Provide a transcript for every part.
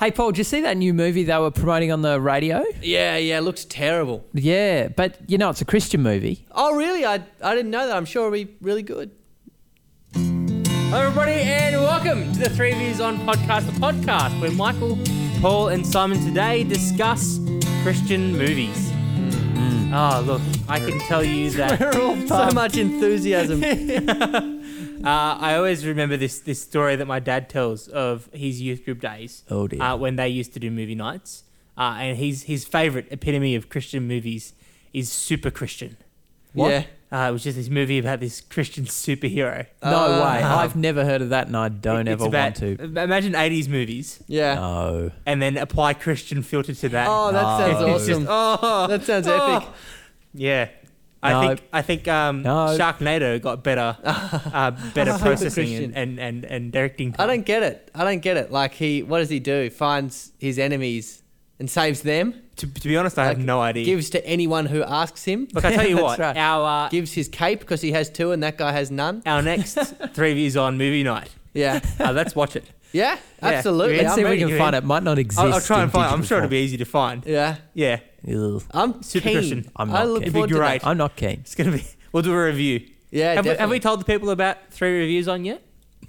Hey, Paul, did you see that new movie they were promoting on the radio? Yeah, yeah, looks terrible. Yeah, but you know, it's a Christian movie. Oh, really? I, I didn't know that. I'm sure it'll be really good. Hello, everybody, and welcome to the Three Views on Podcast, the podcast where Michael, Paul, and Simon today discuss Christian movies. Oh, look, I can tell you that so much enthusiasm. Uh, I always remember this this story that my dad tells of his youth group days. Oh, dear. Uh, when they used to do movie nights, uh, and his his favorite epitome of Christian movies is Super Christian. What? Yeah. Uh, it was just this movie about this Christian superhero. No Uh, way. I've never heard of that and I don't Uh, uh-huh. It's ever want about- to. Imagine 80s movies Yeah. No. and then apply Christian filter to that. Oh, that sounds No. It's just- awesome. oh, That sounds oh. epic. Yeah. No. I think I think um, No. Sharknado got better, uh, better Super processing Christian. and, and, and, and directing. I don't get it. I don't get it. Like he, what does he do? Finds his enemies and saves them. To, to be honest, I have Like, no idea. Gives to anyone who asks him. Look, I tell you That's what, right. our uh, Gives his cape because he has two and that guy has none. our next three views on movie night. Yeah. Uh, let's watch it. Yeah. Absolutely. Let's I'm see if we ready, can you find in? it. Might not exist. I'll, I'll try in and find. I'm digital sure it'll form. be easy to find. yeah. Yeah, Ugh. I'm Super keen. Christian. I'm I not look keen. It'd be forward to great. that. I'm not keen. it's gonna be. We'll do a review. Yeah. have, we, have we definitely. told the people about three reviews on yet? Oh,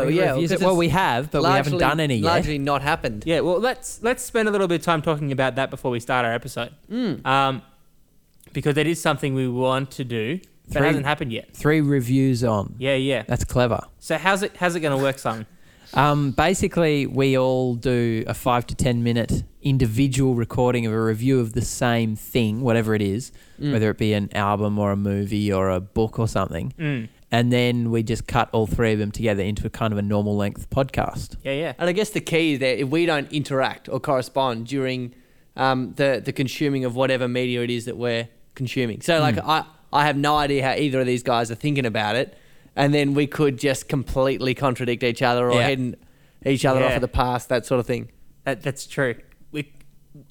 No. We Yeah. reviews it- 'cause well, it's we have, but we haven't largely- done any yet. Largely not happened. Yeah, well, let's let's spend a little bit of time talking about that before we start our episode, Hmm. um, because it is something we want to do, but Three- it hasn't happened yet. Three reviews on. Yeah, yeah. That's clever. So how's it how's it going to work, Simon? Um, basically, we all do a five to ten minute individual recording of a review of the same thing, whatever it is, whether it be an album or a movie or a book or something, Mm. and then we just cut all three of them together into a kind of a normal length podcast. Yeah, yeah. And I guess the key is that if we don't interact or correspond during um, the the consuming of whatever media it is that we're consuming. So like Hmm. I I have no idea how either of these guys are thinking about it, and then we could just completely contradict each other or Yeah. head and each other off Yeah. at the past, that sort of thing. That, that's true. We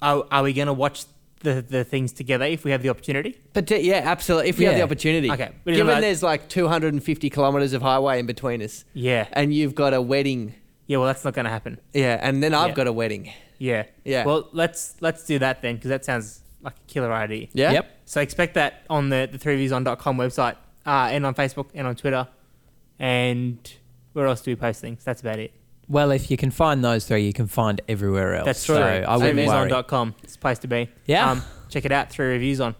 are, are we going to watch the the things together if we have the opportunity? But d- yeah, absolutely. If we have Yeah. the opportunity, Okay. But Given about- there's like 250 kilometers of highway in between us, Yeah. and you've got a wedding, Yeah. Well, that's not going to happen. yeah, and then I've Yeah. got a wedding, Yeah. Yeah. Well, let's let's do that then, because that sounds like a killer idea. yeah. Yep. So expect that on the the three views.com website, uh, and on Facebook and on Twitter, and where else do we post things? That's about it. Well, if you can find those three, you can find everywhere else. That's so true. I wouldn't worry. Threeviews.com. It's a place to be. Yeah. Um, check it out. Three reviews on.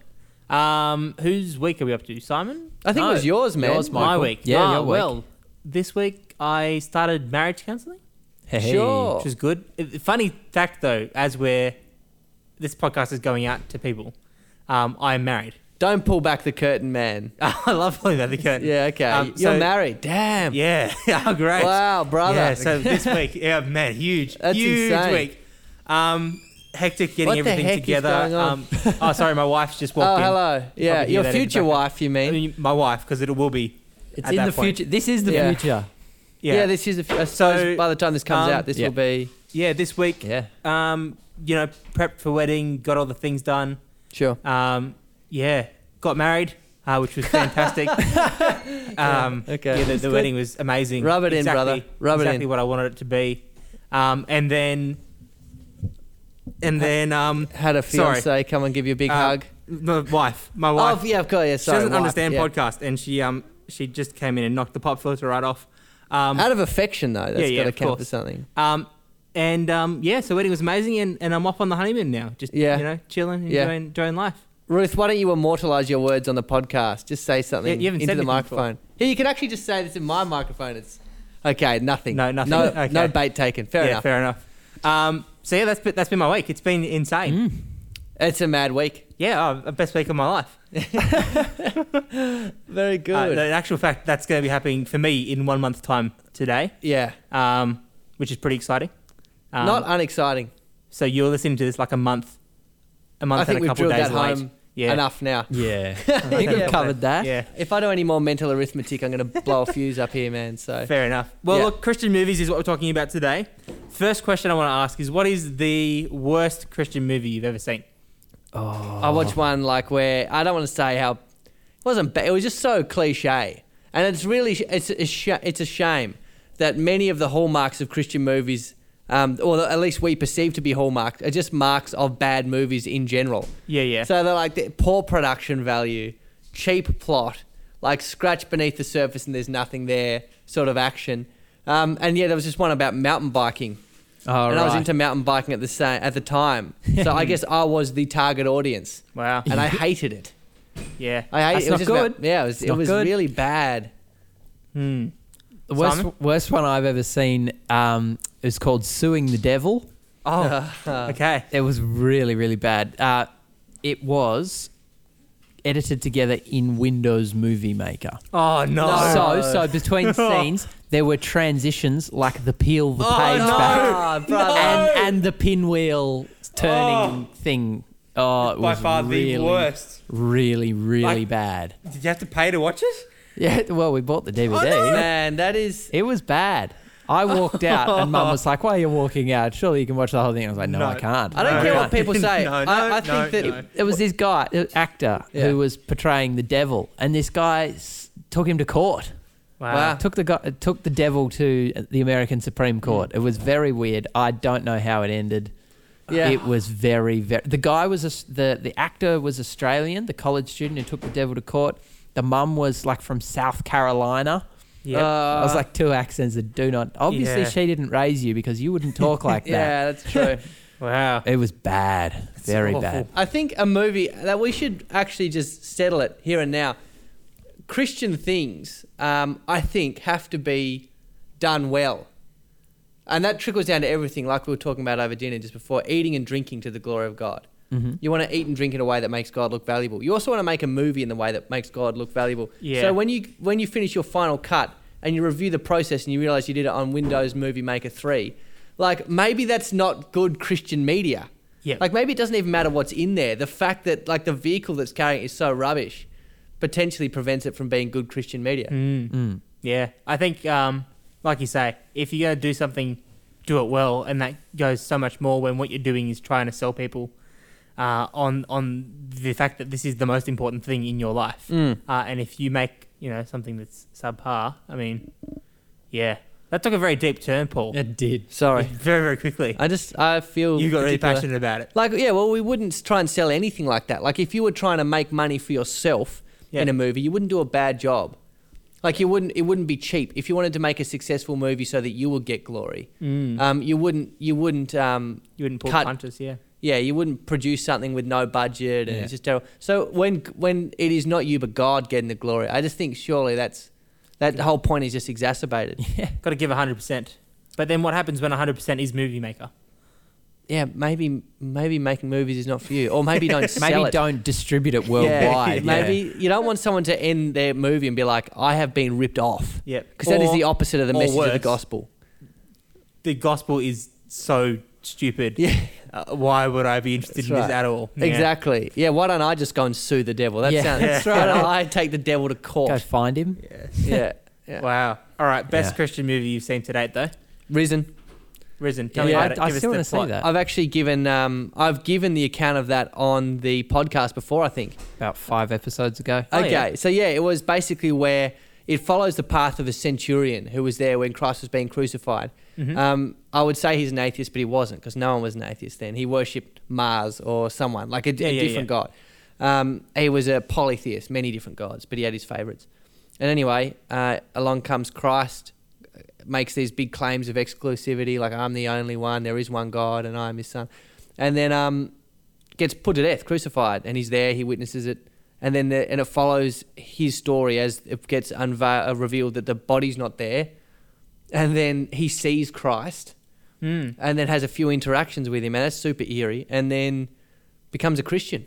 Um, whose week are we up to? Simon. I think No. it was yours, man. Yours, My Michael. week. Yeah, Ah, your week. Well, this week I started marriage counselling, Hey, hey. Sure. which is good. Uh, Funny fact though, as we're this podcast is going out to people, um, I'm married. Don't pull back the curtain, man. I love pulling that the curtain. Yeah, okay. Um, You're so- married. Damn. Yeah. How great. Wow, brother. Yeah. So this week, yeah, man, huge, That's huge insane. week. Um, hectic getting What the everything heck is together. going on? Um, oh, sorry, my wife's just Oh, walked in. hello. Yeah, Probably hear your that in the future background. Uh, wife, you I mean? mean, my wife, because it will be. It's at in that the point. future. This is the Yeah. future. Yeah, Yeah. Yeah. This, this is. A, f- I So, suppose by the time this comes um, out, this yeah. will be. week. Yeah, Um, you know, prepped for wedding, got all the things done. sure. Um, yeah, got married, uh, which was fantastic. um, Okay. Yeah, the, the wedding was amazing. Rub it in, brother. Rub it exactly in. what I wanted it to be. Um, and then, and then, um, Had a sorry. fiance come and give you a big uh, hug. My wife, my Oh, wife. yeah, of course. Yeah, she sorry. doesn't wife, understand yeah. podcast, and she um she just came in and knocked the pop filter right off. Um, Out of affection, though, that's Yeah, yeah, got to of count for course. something. Um, and um, yeah, so wedding was amazing, and, and I'm off on the honeymoon now. Just Yeah. you know, chilling, Yeah. enjoying, enjoying life. Ruth, why don't you immortalize your words on the podcast? Just say something you haven't into said the anything before. microphone. Here, you can actually just say this in my microphone. It's okay. Nothing. No, nothing. No, Okay. no bait taken. Fair yeah, enough. fair enough. Um, so yeah, that's been, that's been my week. It's been insane. Mm. It's a mad week. Yeah, uh, best week of my life. Very Uh, good. in actual fact, that's going to be happening for me in one month's time today, yeah, um, which is pretty exciting. Um, not unexciting. so you're listening to this like a month, a month I think and a we've couple drilled days that late. home yeah, enough now. Yeah. I think Okay. we've covered that. Yeah, If I do any more mental arithmetic, I'm going to blow a fuse up here, man. So fair enough. Well, Yeah. look, Christian movies is what we're talking about today. First question I want to ask is, what is the worst Christian movie you've ever seen? I Oh. watched one like where I don't want to say how it wasn't. Ba- it was just so cliche, and it's really sh- it's a sh- it's a shame that many of the hallmarks of Christian movies um, or at least we perceive to be hallmarks, are just marks of bad movies in general. Yeah, yeah. So they're like the poor production value, cheap plot, like scratch beneath the surface and there's nothing there sort of action. Um, and yeah, there was just one about mountain biking. Oh, and right. I was into mountain biking at the sa at the time. So I guess I was the target audience. wow. And I hated it. Yeah. I hated That's it was not just about- good. yeah, it was, it not was good. really bad. Hmm. the worst, Simon? worst one I've ever seen um, is called Suing the Devil. Oh. okay. It was really, really bad. Uh, it was edited together in Windows Movie Maker. Oh no. So, so between scenes, there were transitions like the peel the Oh, page no. back Oh, brother. and and the pinwheel turning thing. Oh, it By was far the really, worst. Really, really Like- bad. Did you have to pay to watch it? Yeah. Well, we bought the DVD. Man, that is It was bad. I walked out, and Mum was like, "Why are you walking out? Surely you can watch the whole thing." I was like, "No, No. I can't. I don't No. care can't." what people say. No, no, I, I think no, that no. It was this guy, uh, actor, Yeah. who was portraying the devil, and this guy s- took him to court. Wow. Took the guy, took the devil to the American Supreme Court. Hmm. It was very weird. I don't know how it ended. Yeah. It was very very. The guy was a s the the actor was Australian, the college student who took the devil to court. The mum was like from South Carolina. Yep. uh, I was like two accents that do not. Obviously, Uh. Yeah. she didn't raise you because you wouldn't talk like that. yeah, that's true. Wow. It was bad, very awful. bad. I think a movie that we should actually just settle it here and now. Christian things, um, I think, have to be done well. And that trickles down to everything, like we were talking about over dinner just before eating and drinking to the glory of God. You want to eat and drink in a way that makes God look valuable. You also want to make a movie in the way that makes God look valuable. Yeah. So when you when you finish your final cut and you review the process and you realize you did it on Windows Movie Maker 3, like maybe that's not good Christian media. Yeah. Like maybe it doesn't even matter what's in there. The fact that like the vehicle that's carrying it is so rubbish potentially prevents it from being good Christian media. Mm. Hmm. Yeah, I think, um, like you say, if you're going to do something, do it well, and that goes so much more when what you're doing is trying to sell people uh, on on the fact that this is the most important thing in your life. Mm. Uh, and if you make you know something that's subpar, I mean, yeah, that took a very deep turn, Paul. It did. Sorry. Very very quickly, I just I feel you got really particular- passionate about it. Like yeah, well we wouldn't try and sell anything like that. Like if you were trying to make money for yourself Yeah. in a movie, you wouldn't do a bad job. Like you wouldn't it wouldn't be cheap. If you wanted to make a successful movie so that you will get glory. Mm. Um, you wouldn't you wouldn't um, You wouldn't pull Cut. punches, yeah. yeah, you wouldn't produce something with no budget and Yeah. it's just terrible. So when when it is not you but God getting the glory, I just think surely that's that whole point is just exacerbated. Got to give hundred percent. But then what happens when hundred percent is movie maker? yeah, maybe maybe making movies is not for you, or maybe don't sell Maybe it. don't distribute it Yeah, worldwide. yeah. Maybe you don't want someone to end their movie and be like, "I have been ripped off." Yep. because that is Or- the opposite of the or message of the worse. gospel. the gospel is so stupid. Yeah. Uh, why would I be interested That's in this right. at all? Yeah. Exactly. Yeah. Why don't I just go and sue the devil? That Yeah. sounds. That's Why don't I take the devil to Go court? find him. yeah. Yeah. Wow. All right. Best Yeah. Christian movie you've seen to date, though. Risen. Risen. Tell Yeah, me I, about it. I Give us still the want to see plot. that. I've actually given. Um, I've given the account of that on the podcast before. I think. About five episodes ago. Oh, okay. yeah. So yeah, it was basically where it follows the path of a centurion who was there when Christ was being crucified. Hmm. Mm-hmm. Um, I would say he's an atheist, but he wasn't because no one was an atheist then. He worshipped Mars or someone like a, a Yeah, yeah, different yeah. god. Um, he was a polytheist, many different gods, but he had his favorites. And anyway, uh, along comes Christ, uh, makes these big claims of exclusivity, like I'm the only one, there is one God, and I'm His son. And then um, gets put to death, crucified, and he's there. He witnesses it, and then the, and it follows his story as it gets unva- uh, revealed that the body's not there, and then he sees Christ, Mm. and then has a few interactions with him, and that's super eerie, and then becomes a Christian.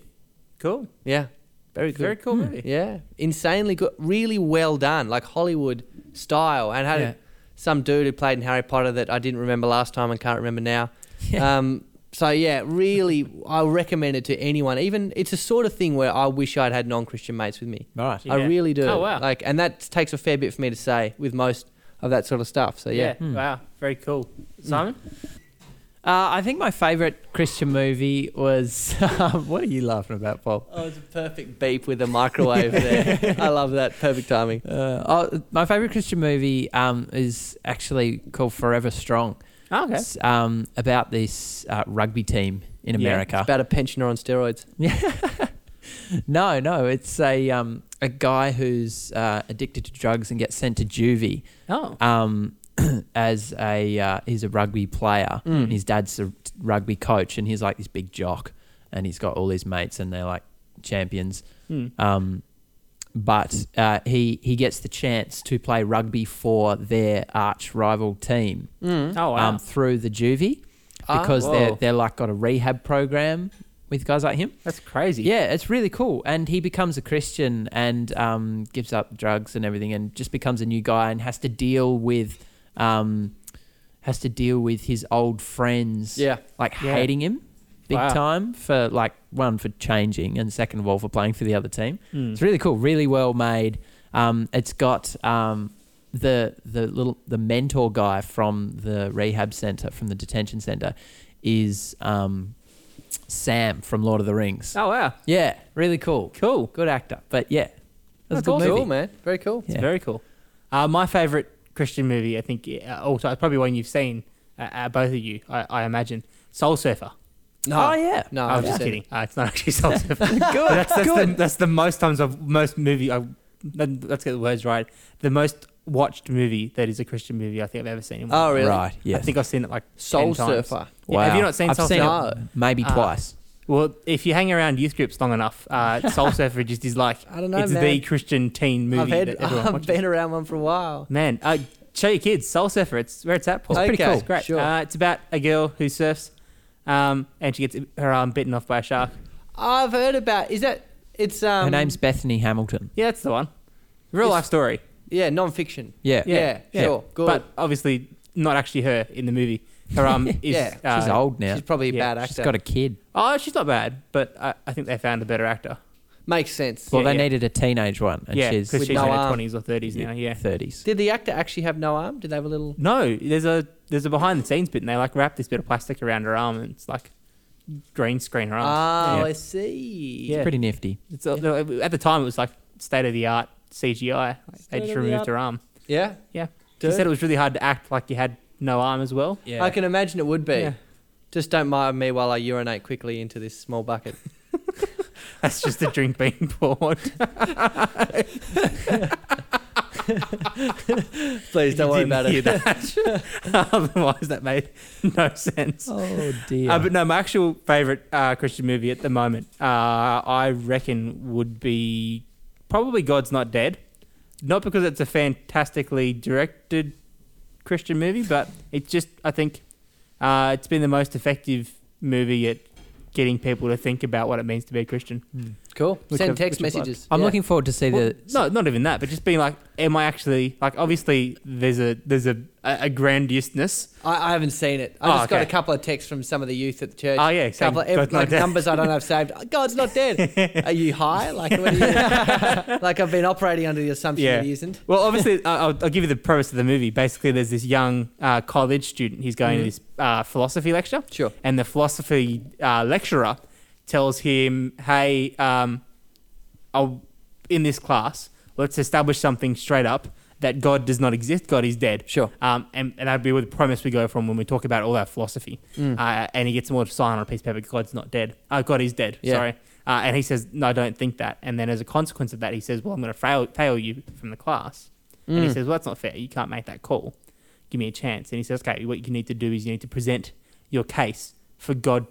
Cool. Yeah, very good. Hmm. Very cool movie. Yeah, insanely good, really well done, like Hollywood style, and had Yeah. some dude who played in Harry Potter that I didn't remember last time and can't remember now. Um, so yeah, really, I recommend it to anyone. Even it's a sort of thing where I wish I'd had non-Christian mates with me. All right. I Yeah. really do. Oh, wow. Like, and that takes a fair bit for me to say with most of that sort of stuff. So yeah, Hmm. Wow. Very cool. Simon. Uh, I think my favorite Christian movie was. Um, what are you laughing about, Paul? oh, it's a perfect beep with a microwave there. I love that. Perfect timing. Uh, oh, my favorite Christian movie um, is actually called Forever Strong. Oh, okay. s- um, about this uh, rugby team in Yeah, America. It's about a pensioner on steroids. No, no, it's a um, a guy who's uh, addicted to drugs and gets sent to juvie Oh. um, as a uh, he's a rugby player Hmm. Hmm. and his dad's a rugby coach and he's like this big jock and he's got all his mates and they're like champions. Hmm. Um, but uh, he he gets the chance to play rugby for their arch rival team Oh, wow. um, through the juvie Ah, because they're whoa. they're like got a rehab program with guys like him. That's crazy. Yeah, it's really cool. And he becomes a Christian and um, gives up drugs and everything, and just becomes a new guy and has to deal with um, has to deal with his old friends, Yeah. like Yeah. hating him big Wow. time for like one for changing and second of all for playing for the other team. Mm. Hmm. It's really cool, really well made. Um, it's got um, the the little the mentor guy from the rehab center from the detention center is um, Sam from Lord of the Rings. Oh, wow. Yeah, really cool. Cool. Good actor. But yeah, that's, That's a good awesome. movie. Cool, man. Very cool. Yeah. It's very cool. Uh, my favorite Christian movie, I think, uh, also it's probably one you've seen, uh, uh, both of you, I, I imagine. Soul Surfer. Oh, yeah. No, I I've was just seen kidding. it. Uh, it's not actually Soul Surfer. good. That's, that's, The, good. that's the most times of most movie. I, let's get the words right. The most watched movie that is a Christian movie I think I've ever seen. in my Oh, life. really? Right, yeah. I think I've seen it like 10 Soul times. Surfer. Yeah, Have you not seen I've Soul seen Surfer? it maybe Uh, twice. Well, if you hang around youth groups long enough, uh, Soul Surfer just is like I don't know, it's the man. Christian teen movie I've, had, that everyone I've watches. been around one for a while. Man, uh, show your kids Soul Surfer. It's where it's at, Paul. It's pretty Okay, cool. It's great. sure. Uh, it's about a girl who surfs, um, and she gets her arm bitten off by a shark. I've heard about. Is that? It's um. Her name's Bethany Hamilton. Yeah, that's the one. Real It's- life story. Yeah, non-fiction. Yeah. Yeah. sure, good. But obviously, not actually her in the movie. Her arm is. Yeah, uh, She's old now. She's probably a yeah, bad actor. She's got a kid. Oh, she's not bad, but I, I think they found a better actor. Makes sense. Well, Yeah, they yeah. needed a teenage one, and yeah, she's because she's no in her arm. twenties or thirties now. Yeah. thirties. Did the actor actually have no arm? Did they have a little? No, there's a there's a behind the scenes bit, and they like wrap this bit of plastic around her arm, and it's like green screen her arm. Oh, Yeah. I see. Yeah. Pretty nifty. It's a, at the time it was like state of the art CGI. Like, they just State-of-the-art. removed her arm. Yeah. Yeah, Dude. she said it was really hard to act like you had no arm as well. Yeah. I can imagine it would be. Yeah. Just don't mind me while I urinate quickly into this small bucket. That's just a drink being poured. Please You don't worry didn't about it. hear that. Otherwise, that made no sense. Oh dear. Uh, but no, my actual favorite uh, Christian movie at the moment, uh, I reckon, would be probably God's Not Dead. Not because it's a fantastically directed Christian movie, but it's just I think uh, it's been the most effective movie at getting people to think about what it means to be a Christian. Cool. Which Send I've- text which I've liked. messages. Hmm. I'm Yeah. looking forward to see Well, the. no, not even that, but just being like, am I actually like? Obviously, there's a there's a a, a grandiousness. I, I haven't seen it. I Oh, just got a okay. couple of texts from some of the youth at the church. Oh, yeah, saying couple of ev- God's not like dead. numbers I don't have saved. Oh, God's not dead. are you high? Like, what are you, like I've been operating under the assumption Yeah. that he isn't. Well, obviously, I- I'll, I'll give you the premise of the movie. Basically, there's this young uh, college student. He's going to this uh, philosophy lecture. Sure. And the philosophy uh, lecturer tells him, "Hey, um, I'll, in this class, let's establish something straight up that God does not exist. God is dead. Sure. Um, and, and that'd be where the premise we go from when we talk about all our philosophy. Mm. Uh, and he gets more to sign on a piece of paper. God's not dead. Uh, God is dead. Yeah. Sorry. Uh, and he says, "No, I don't think that." And then, as a consequence of that, he says, "Well, I'm going to fail, fail you from the class." And Mm. he says, "Well, that's not fair. You can't make that call. Give me a chance." And he says, "Okay, what you need to do is you need to present your case for God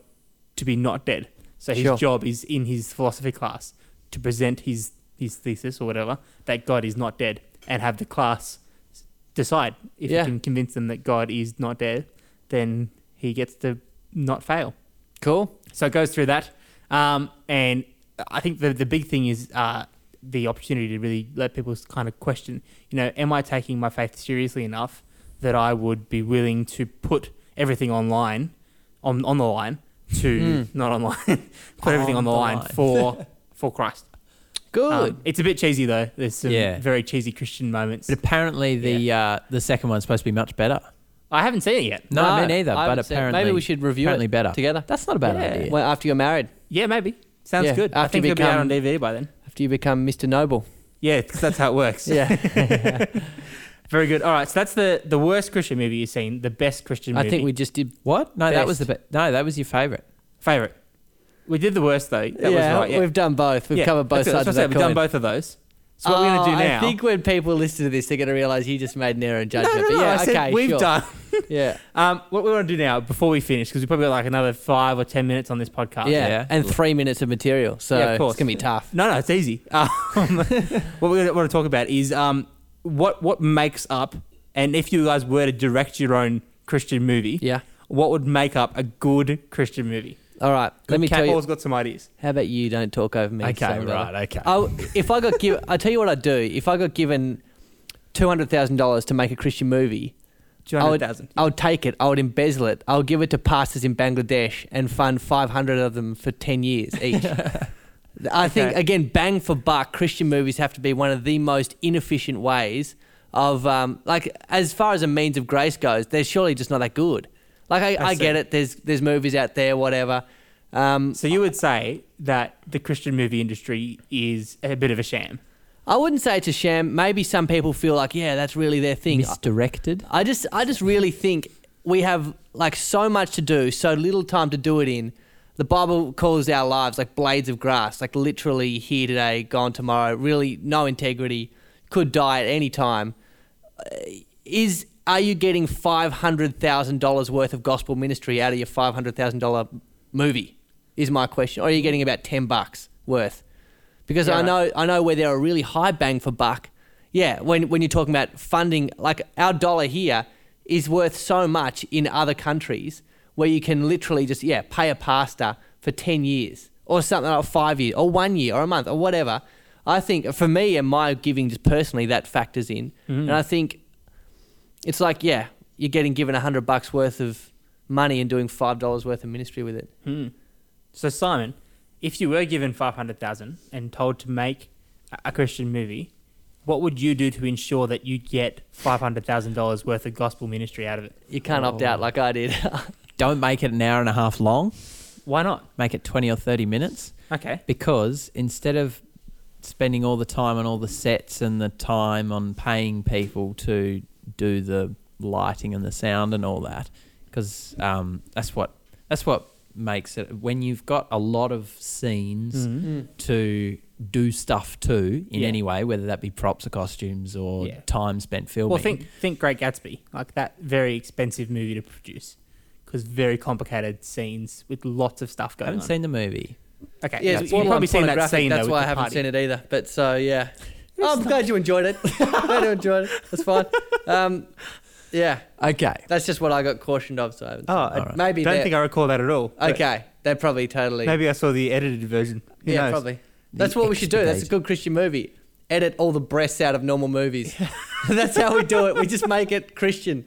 to be not dead." So his Sure. job is in his philosophy class to present his his thesis or whatever that God is not dead, and have the class s- decide if Yeah. he can convince them that God is not dead, then he gets to not fail. Cool. So it goes through that. Um, and I think the, the big thing is uh, the opportunity to really let people s- kind of question, you know, am I taking my faith seriously enough that I would be willing to put everything online, on, on the line, to, not online, put everything On on the, the line, line. for for Christ. Good. Um, it's a bit cheesy though. There's some Yeah. very cheesy Christian moments. But apparently the uh, the second one's supposed to be much better. I haven't seen it yet. No, No, me neither. I But haven't seen it. apparently, Maybe we should review it apparently better together. That's not a bad Yeah. idea. Well, after you're married, Yeah, maybe. Sounds Yeah, good. I after think you it'll be out on become- DVD by then. after you become Mr. Noble. Yeah, 'cause that's how it works. Yeah. Very good. All right, so that's the the worst Christian movie you've seen. The best Christian movie. I think we just did. What? No, that was the Best. be- no, that was your favorite. favorite. We did the worst though. That yeah, was right. Yeah. we've done both. We've Yeah, covered both that's it. That's sides of what I that said, We've done coin. both of those. So what we're gonna do Oh, now? I think when people listen to this, they're going to realize you just made an error in no, judgment. no, no. but yeah, I said okay, we've sure. done. Yeah, Um, what we want to do now before we finish because we probably got like another five or ten minutes on this podcast. yeah, yeah. and three minutes of material, so Oh, Yeah, of course. it's going to be tough. No, no, it's easy. Oh. Um, what we want to talk about is um, what what makes up, and if you guys were to direct your own Christian movie, Yeah. what would make up a good Christian movie? All right, let me tell you. Paul's got some ideas. How about you don't talk over me? Okay, sorry, brother. right, okay. I, if I got given, I tell you what I'd do. If I got given two hundred thousand dollars to make a Christian movie, Two I hundred would, thousand. I would take it. I would embezzel it. I would give it to pastors in Bangladesh and fund five hundred of them for ten years each. I think Okay. again, bang for buck, Christian movies have to be one of the most inefficient ways of um, like as far as a means of grace goes. They're surely just not that good. Like I, I, I get see. it. There's there's movies out there, whatever. Um, So you would say that the Christian movie industry is a bit of a sham. I wouldn't say it's a sham. Maybe some people feel like, yeah, that's really their thing. Misdirected. I just I just really think we have like so much to do, so little time to do it in. The Bible calls our lives like blades of grass, like literally here today, gone tomorrow, really no integrity, could die at any time. Uh, Is are you getting $500,000 worth of gospel ministry out of your $500,000 movie? Is my question. Or are you getting about 10 bucks worth? Because I Yeah. know I know where there are really high bang for buck. Yeah, when when you're talking about funding, like our dollar here is worth so much in other countries where you can literally just yeah pay a pastor for ten years or something like five years or one year or a month or whatever. I think for me and my giving just personally that factors in, and I think it's like yeah you're getting given a hundred bucks worth of money and doing five dollars worth of ministry with it. So Simon, if you were given five hundred thousand and told to make a- a Christian movie, what would you do to ensure that you get five hundred thousand dollars worth of gospel ministry out of it? You can't opt Oh. out like I did. Don't make it an hour and a half long. Why not? Make it twenty or thirty minutes. Okay. because instead of spending all the time on all the sets and the time on paying people to do the lighting and the sound and all that, because um, that's what that's what makes it. When you've got a lot of scenes Mm-hmm. to do stuff to in Mm. Yeah. any way, whether that be props or costumes or Yeah. time spent filming. Well, think think Great Gatsby, like that very expensive movie to produce, because very complicated scenes with lots of stuff I going haven't on. seen the movie. okay, Yeah, you've it's borderline probably seen that pornographic, scene. That's though, why with I the haven't party. seen it either. But so yeah, Oh, I'm glad you enjoyed it. glad you enjoyed it. That's fine. Um, yeah, Okay. that's just what I got cautioned of. So I haven't Oh, I Alright. maybe don't they're- think I recall that at all. but okay, they're probably totally. Maybe I saw the edited version. Who yeah, knows? probably. That's what we should do. That's a expedited. good Christian movie. Edit all the breasts out of normal movies. that's how we do it. We just make it Christian.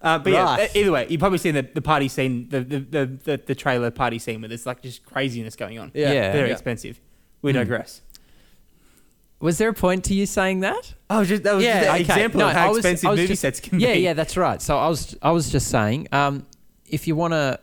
Uh, but yeah, Right. e- either way, you've probably seen the, the party scene, the the, the the the trailer party scene where there's like just craziness going on. Yeah. Yeah. very Yeah. expensive. We Hmm. digress. Was there a point to you saying that? Oh, just that was Yeah, just an okay. example No, of how I was- expensive I was movie just- sets can yeah, be. yeah, that's right. So I was I was just saying, um, if you want to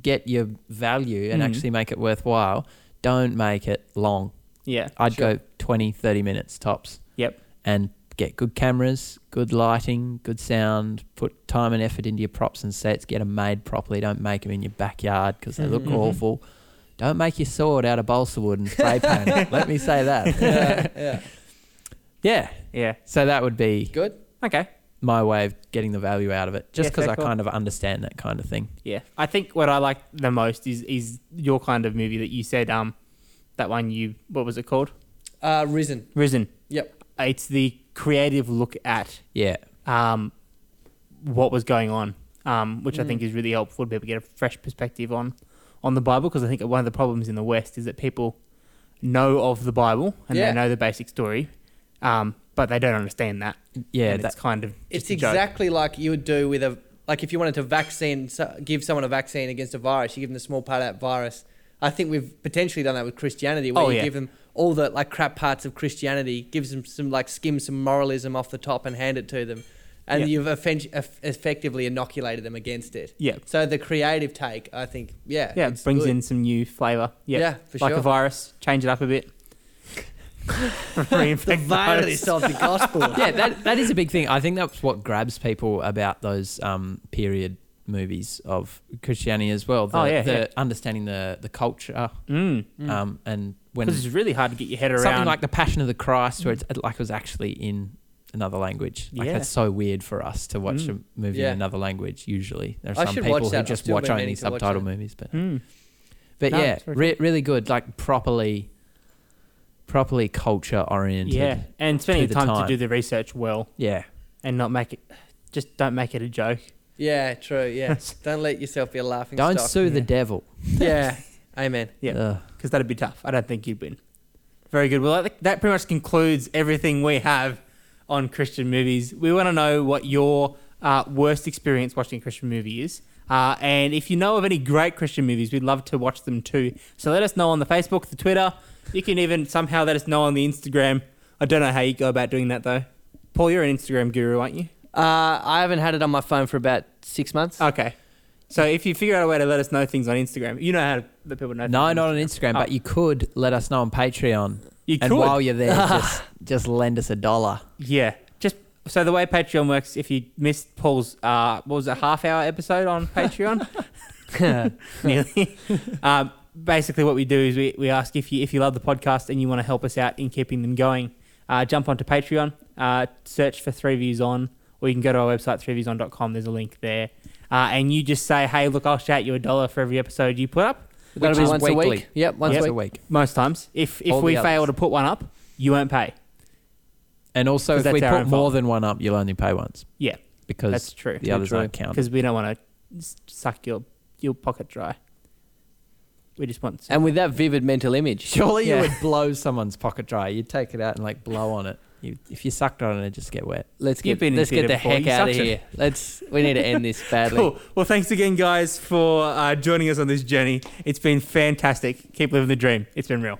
get your value and Mhm. actually make it worthwhile, don't make it long. yeah, I'd sure. go 20, 30 minutes tops. Yep. And get good cameras, good lighting, good sound. Put time and effort into your props and sets. Get them made properly. Don't make them in your backyard because they look Mm-hmm. Mhm. awful. Don't make your sword out of balsa wood and spray paint. it. Let me say that. Yeah, yeah. yeah. Yeah, So that would be Good. okay. my way of getting the value out of it, just Yeah, because fair I call. kind of understand that kind of thing. Yeah, I think what I like the most is is your kind of movie that you said. Um, that one you what was it called? Uh, Risen. Risen. Yep. It's the creative look at Yeah, um, what was going on, um, which I Mm. think is really helpful to people get a fresh perspective on on the Bible because I think one of the problems in the West is that people know of the Bible and Yeah. they know the basic story, um, but they don't understand that. yeah, and that, it's kind of It's just a joke. exactly like you would do with a like if you wanted to vaccine so- give someone a vaccine against a virus, you give them a small part of that virus. I think we've potentially done that with Christianity, where Oh, you yeah. give them all the like crap parts of Christianity, gives them some like skim some moralism off the top and hand it to them, and Yeah. you've effen- eff- effectively inoculated them against it. Yeah. So the creative take, I think, yeah, Yeah, it's it brings good. in some new flavour. Yeah, Yeah, for like sure. a virus, change it up a bit. Reinfect the The vileness host. of the gospel. yeah, that that is a big thing. I think that's what grabs people about those um, period movies of Christianity as well. The, Oh, yeah, the yeah. understanding the the culture Mm. um, and when Because it's really hard to get your head around. something like the Passion of the Christ, Mm. where it's like it was actually in another language. Like Yeah. that's so weird for us to watch Mm. a movie Yeah. in another language. Usually, there are I some should people watch who that. I've just still watch been only meaning to watch Hmm. subtitle that. movies, but Mm. but No, yeah, it's very re- really good. Like properly, properly culture oriented. yeah, and spending to the time, time. to do the research well yeah. and not make it. Just don't make it a joke. Yeah, true. Yeah. Don't let yourself be a laughing Don't stock. sue the Yeah. devil. yeah. Amen. Yeah. Ugh. because that'd be tough. I don't think you'd win. Very good. Well, that, that pretty much concludes everything we have on Christian movies. We want to know what your uh, worst experience watching a Christian movie is. Uh, and if you know of any great Christian movies, we'd love to watch them too. So let us know on the Facebook, the Twitter. You can even somehow let us know on the Instagram. I don't know how you go about doing that though. Paul, you're an Instagram guru, aren't you? Uh, I haven't had it on my phone for about six months. Okay. So if you figure out a way to let us know things on Instagram, you know how to let people know. No, things not on Instagram, Oh. but you could let us know on Patreon. You and could. while you're there, just just lend us a dollar. Yeah, just so the way Patreon works, if you missed Paul's uh, what was it, half hour episode on Patreon, nearly. um, basically, what we do is we, we ask if you if you love the podcast and you want to help us out in keeping them going, uh, jump onto Patreon, uh, search for Three Views On, or you can go to our website threeviews.on.com. There's a link there. Uh, and you just say, hey, look, I'll shout you a dollar for every episode you put up. That'll Which be is once a weekly. week. Yep, once Once a a week. week. Most times, if if All the we fail others. to put one up, you won't pay. And also, 'Cause if we that's our put own more fault. than one up, you'll only pay once. Yeah, Because that's true. the others true. don't count. because we don't want to suck your your pocket dry. We just want. Some. And with that vivid mental image. Surely Yeah. you would blow someone's pocket dry. You'd take it out and like blow on it. You, if you sucked on it, it'd just get wet. Let's You've get been in let's get theatre the before. heck You out of suction. here. Let's we need to end this badly. Cool. Well, thanks again, guys, for uh, joining us on this journey. It's been fantastic. Keep living the dream. It's been real.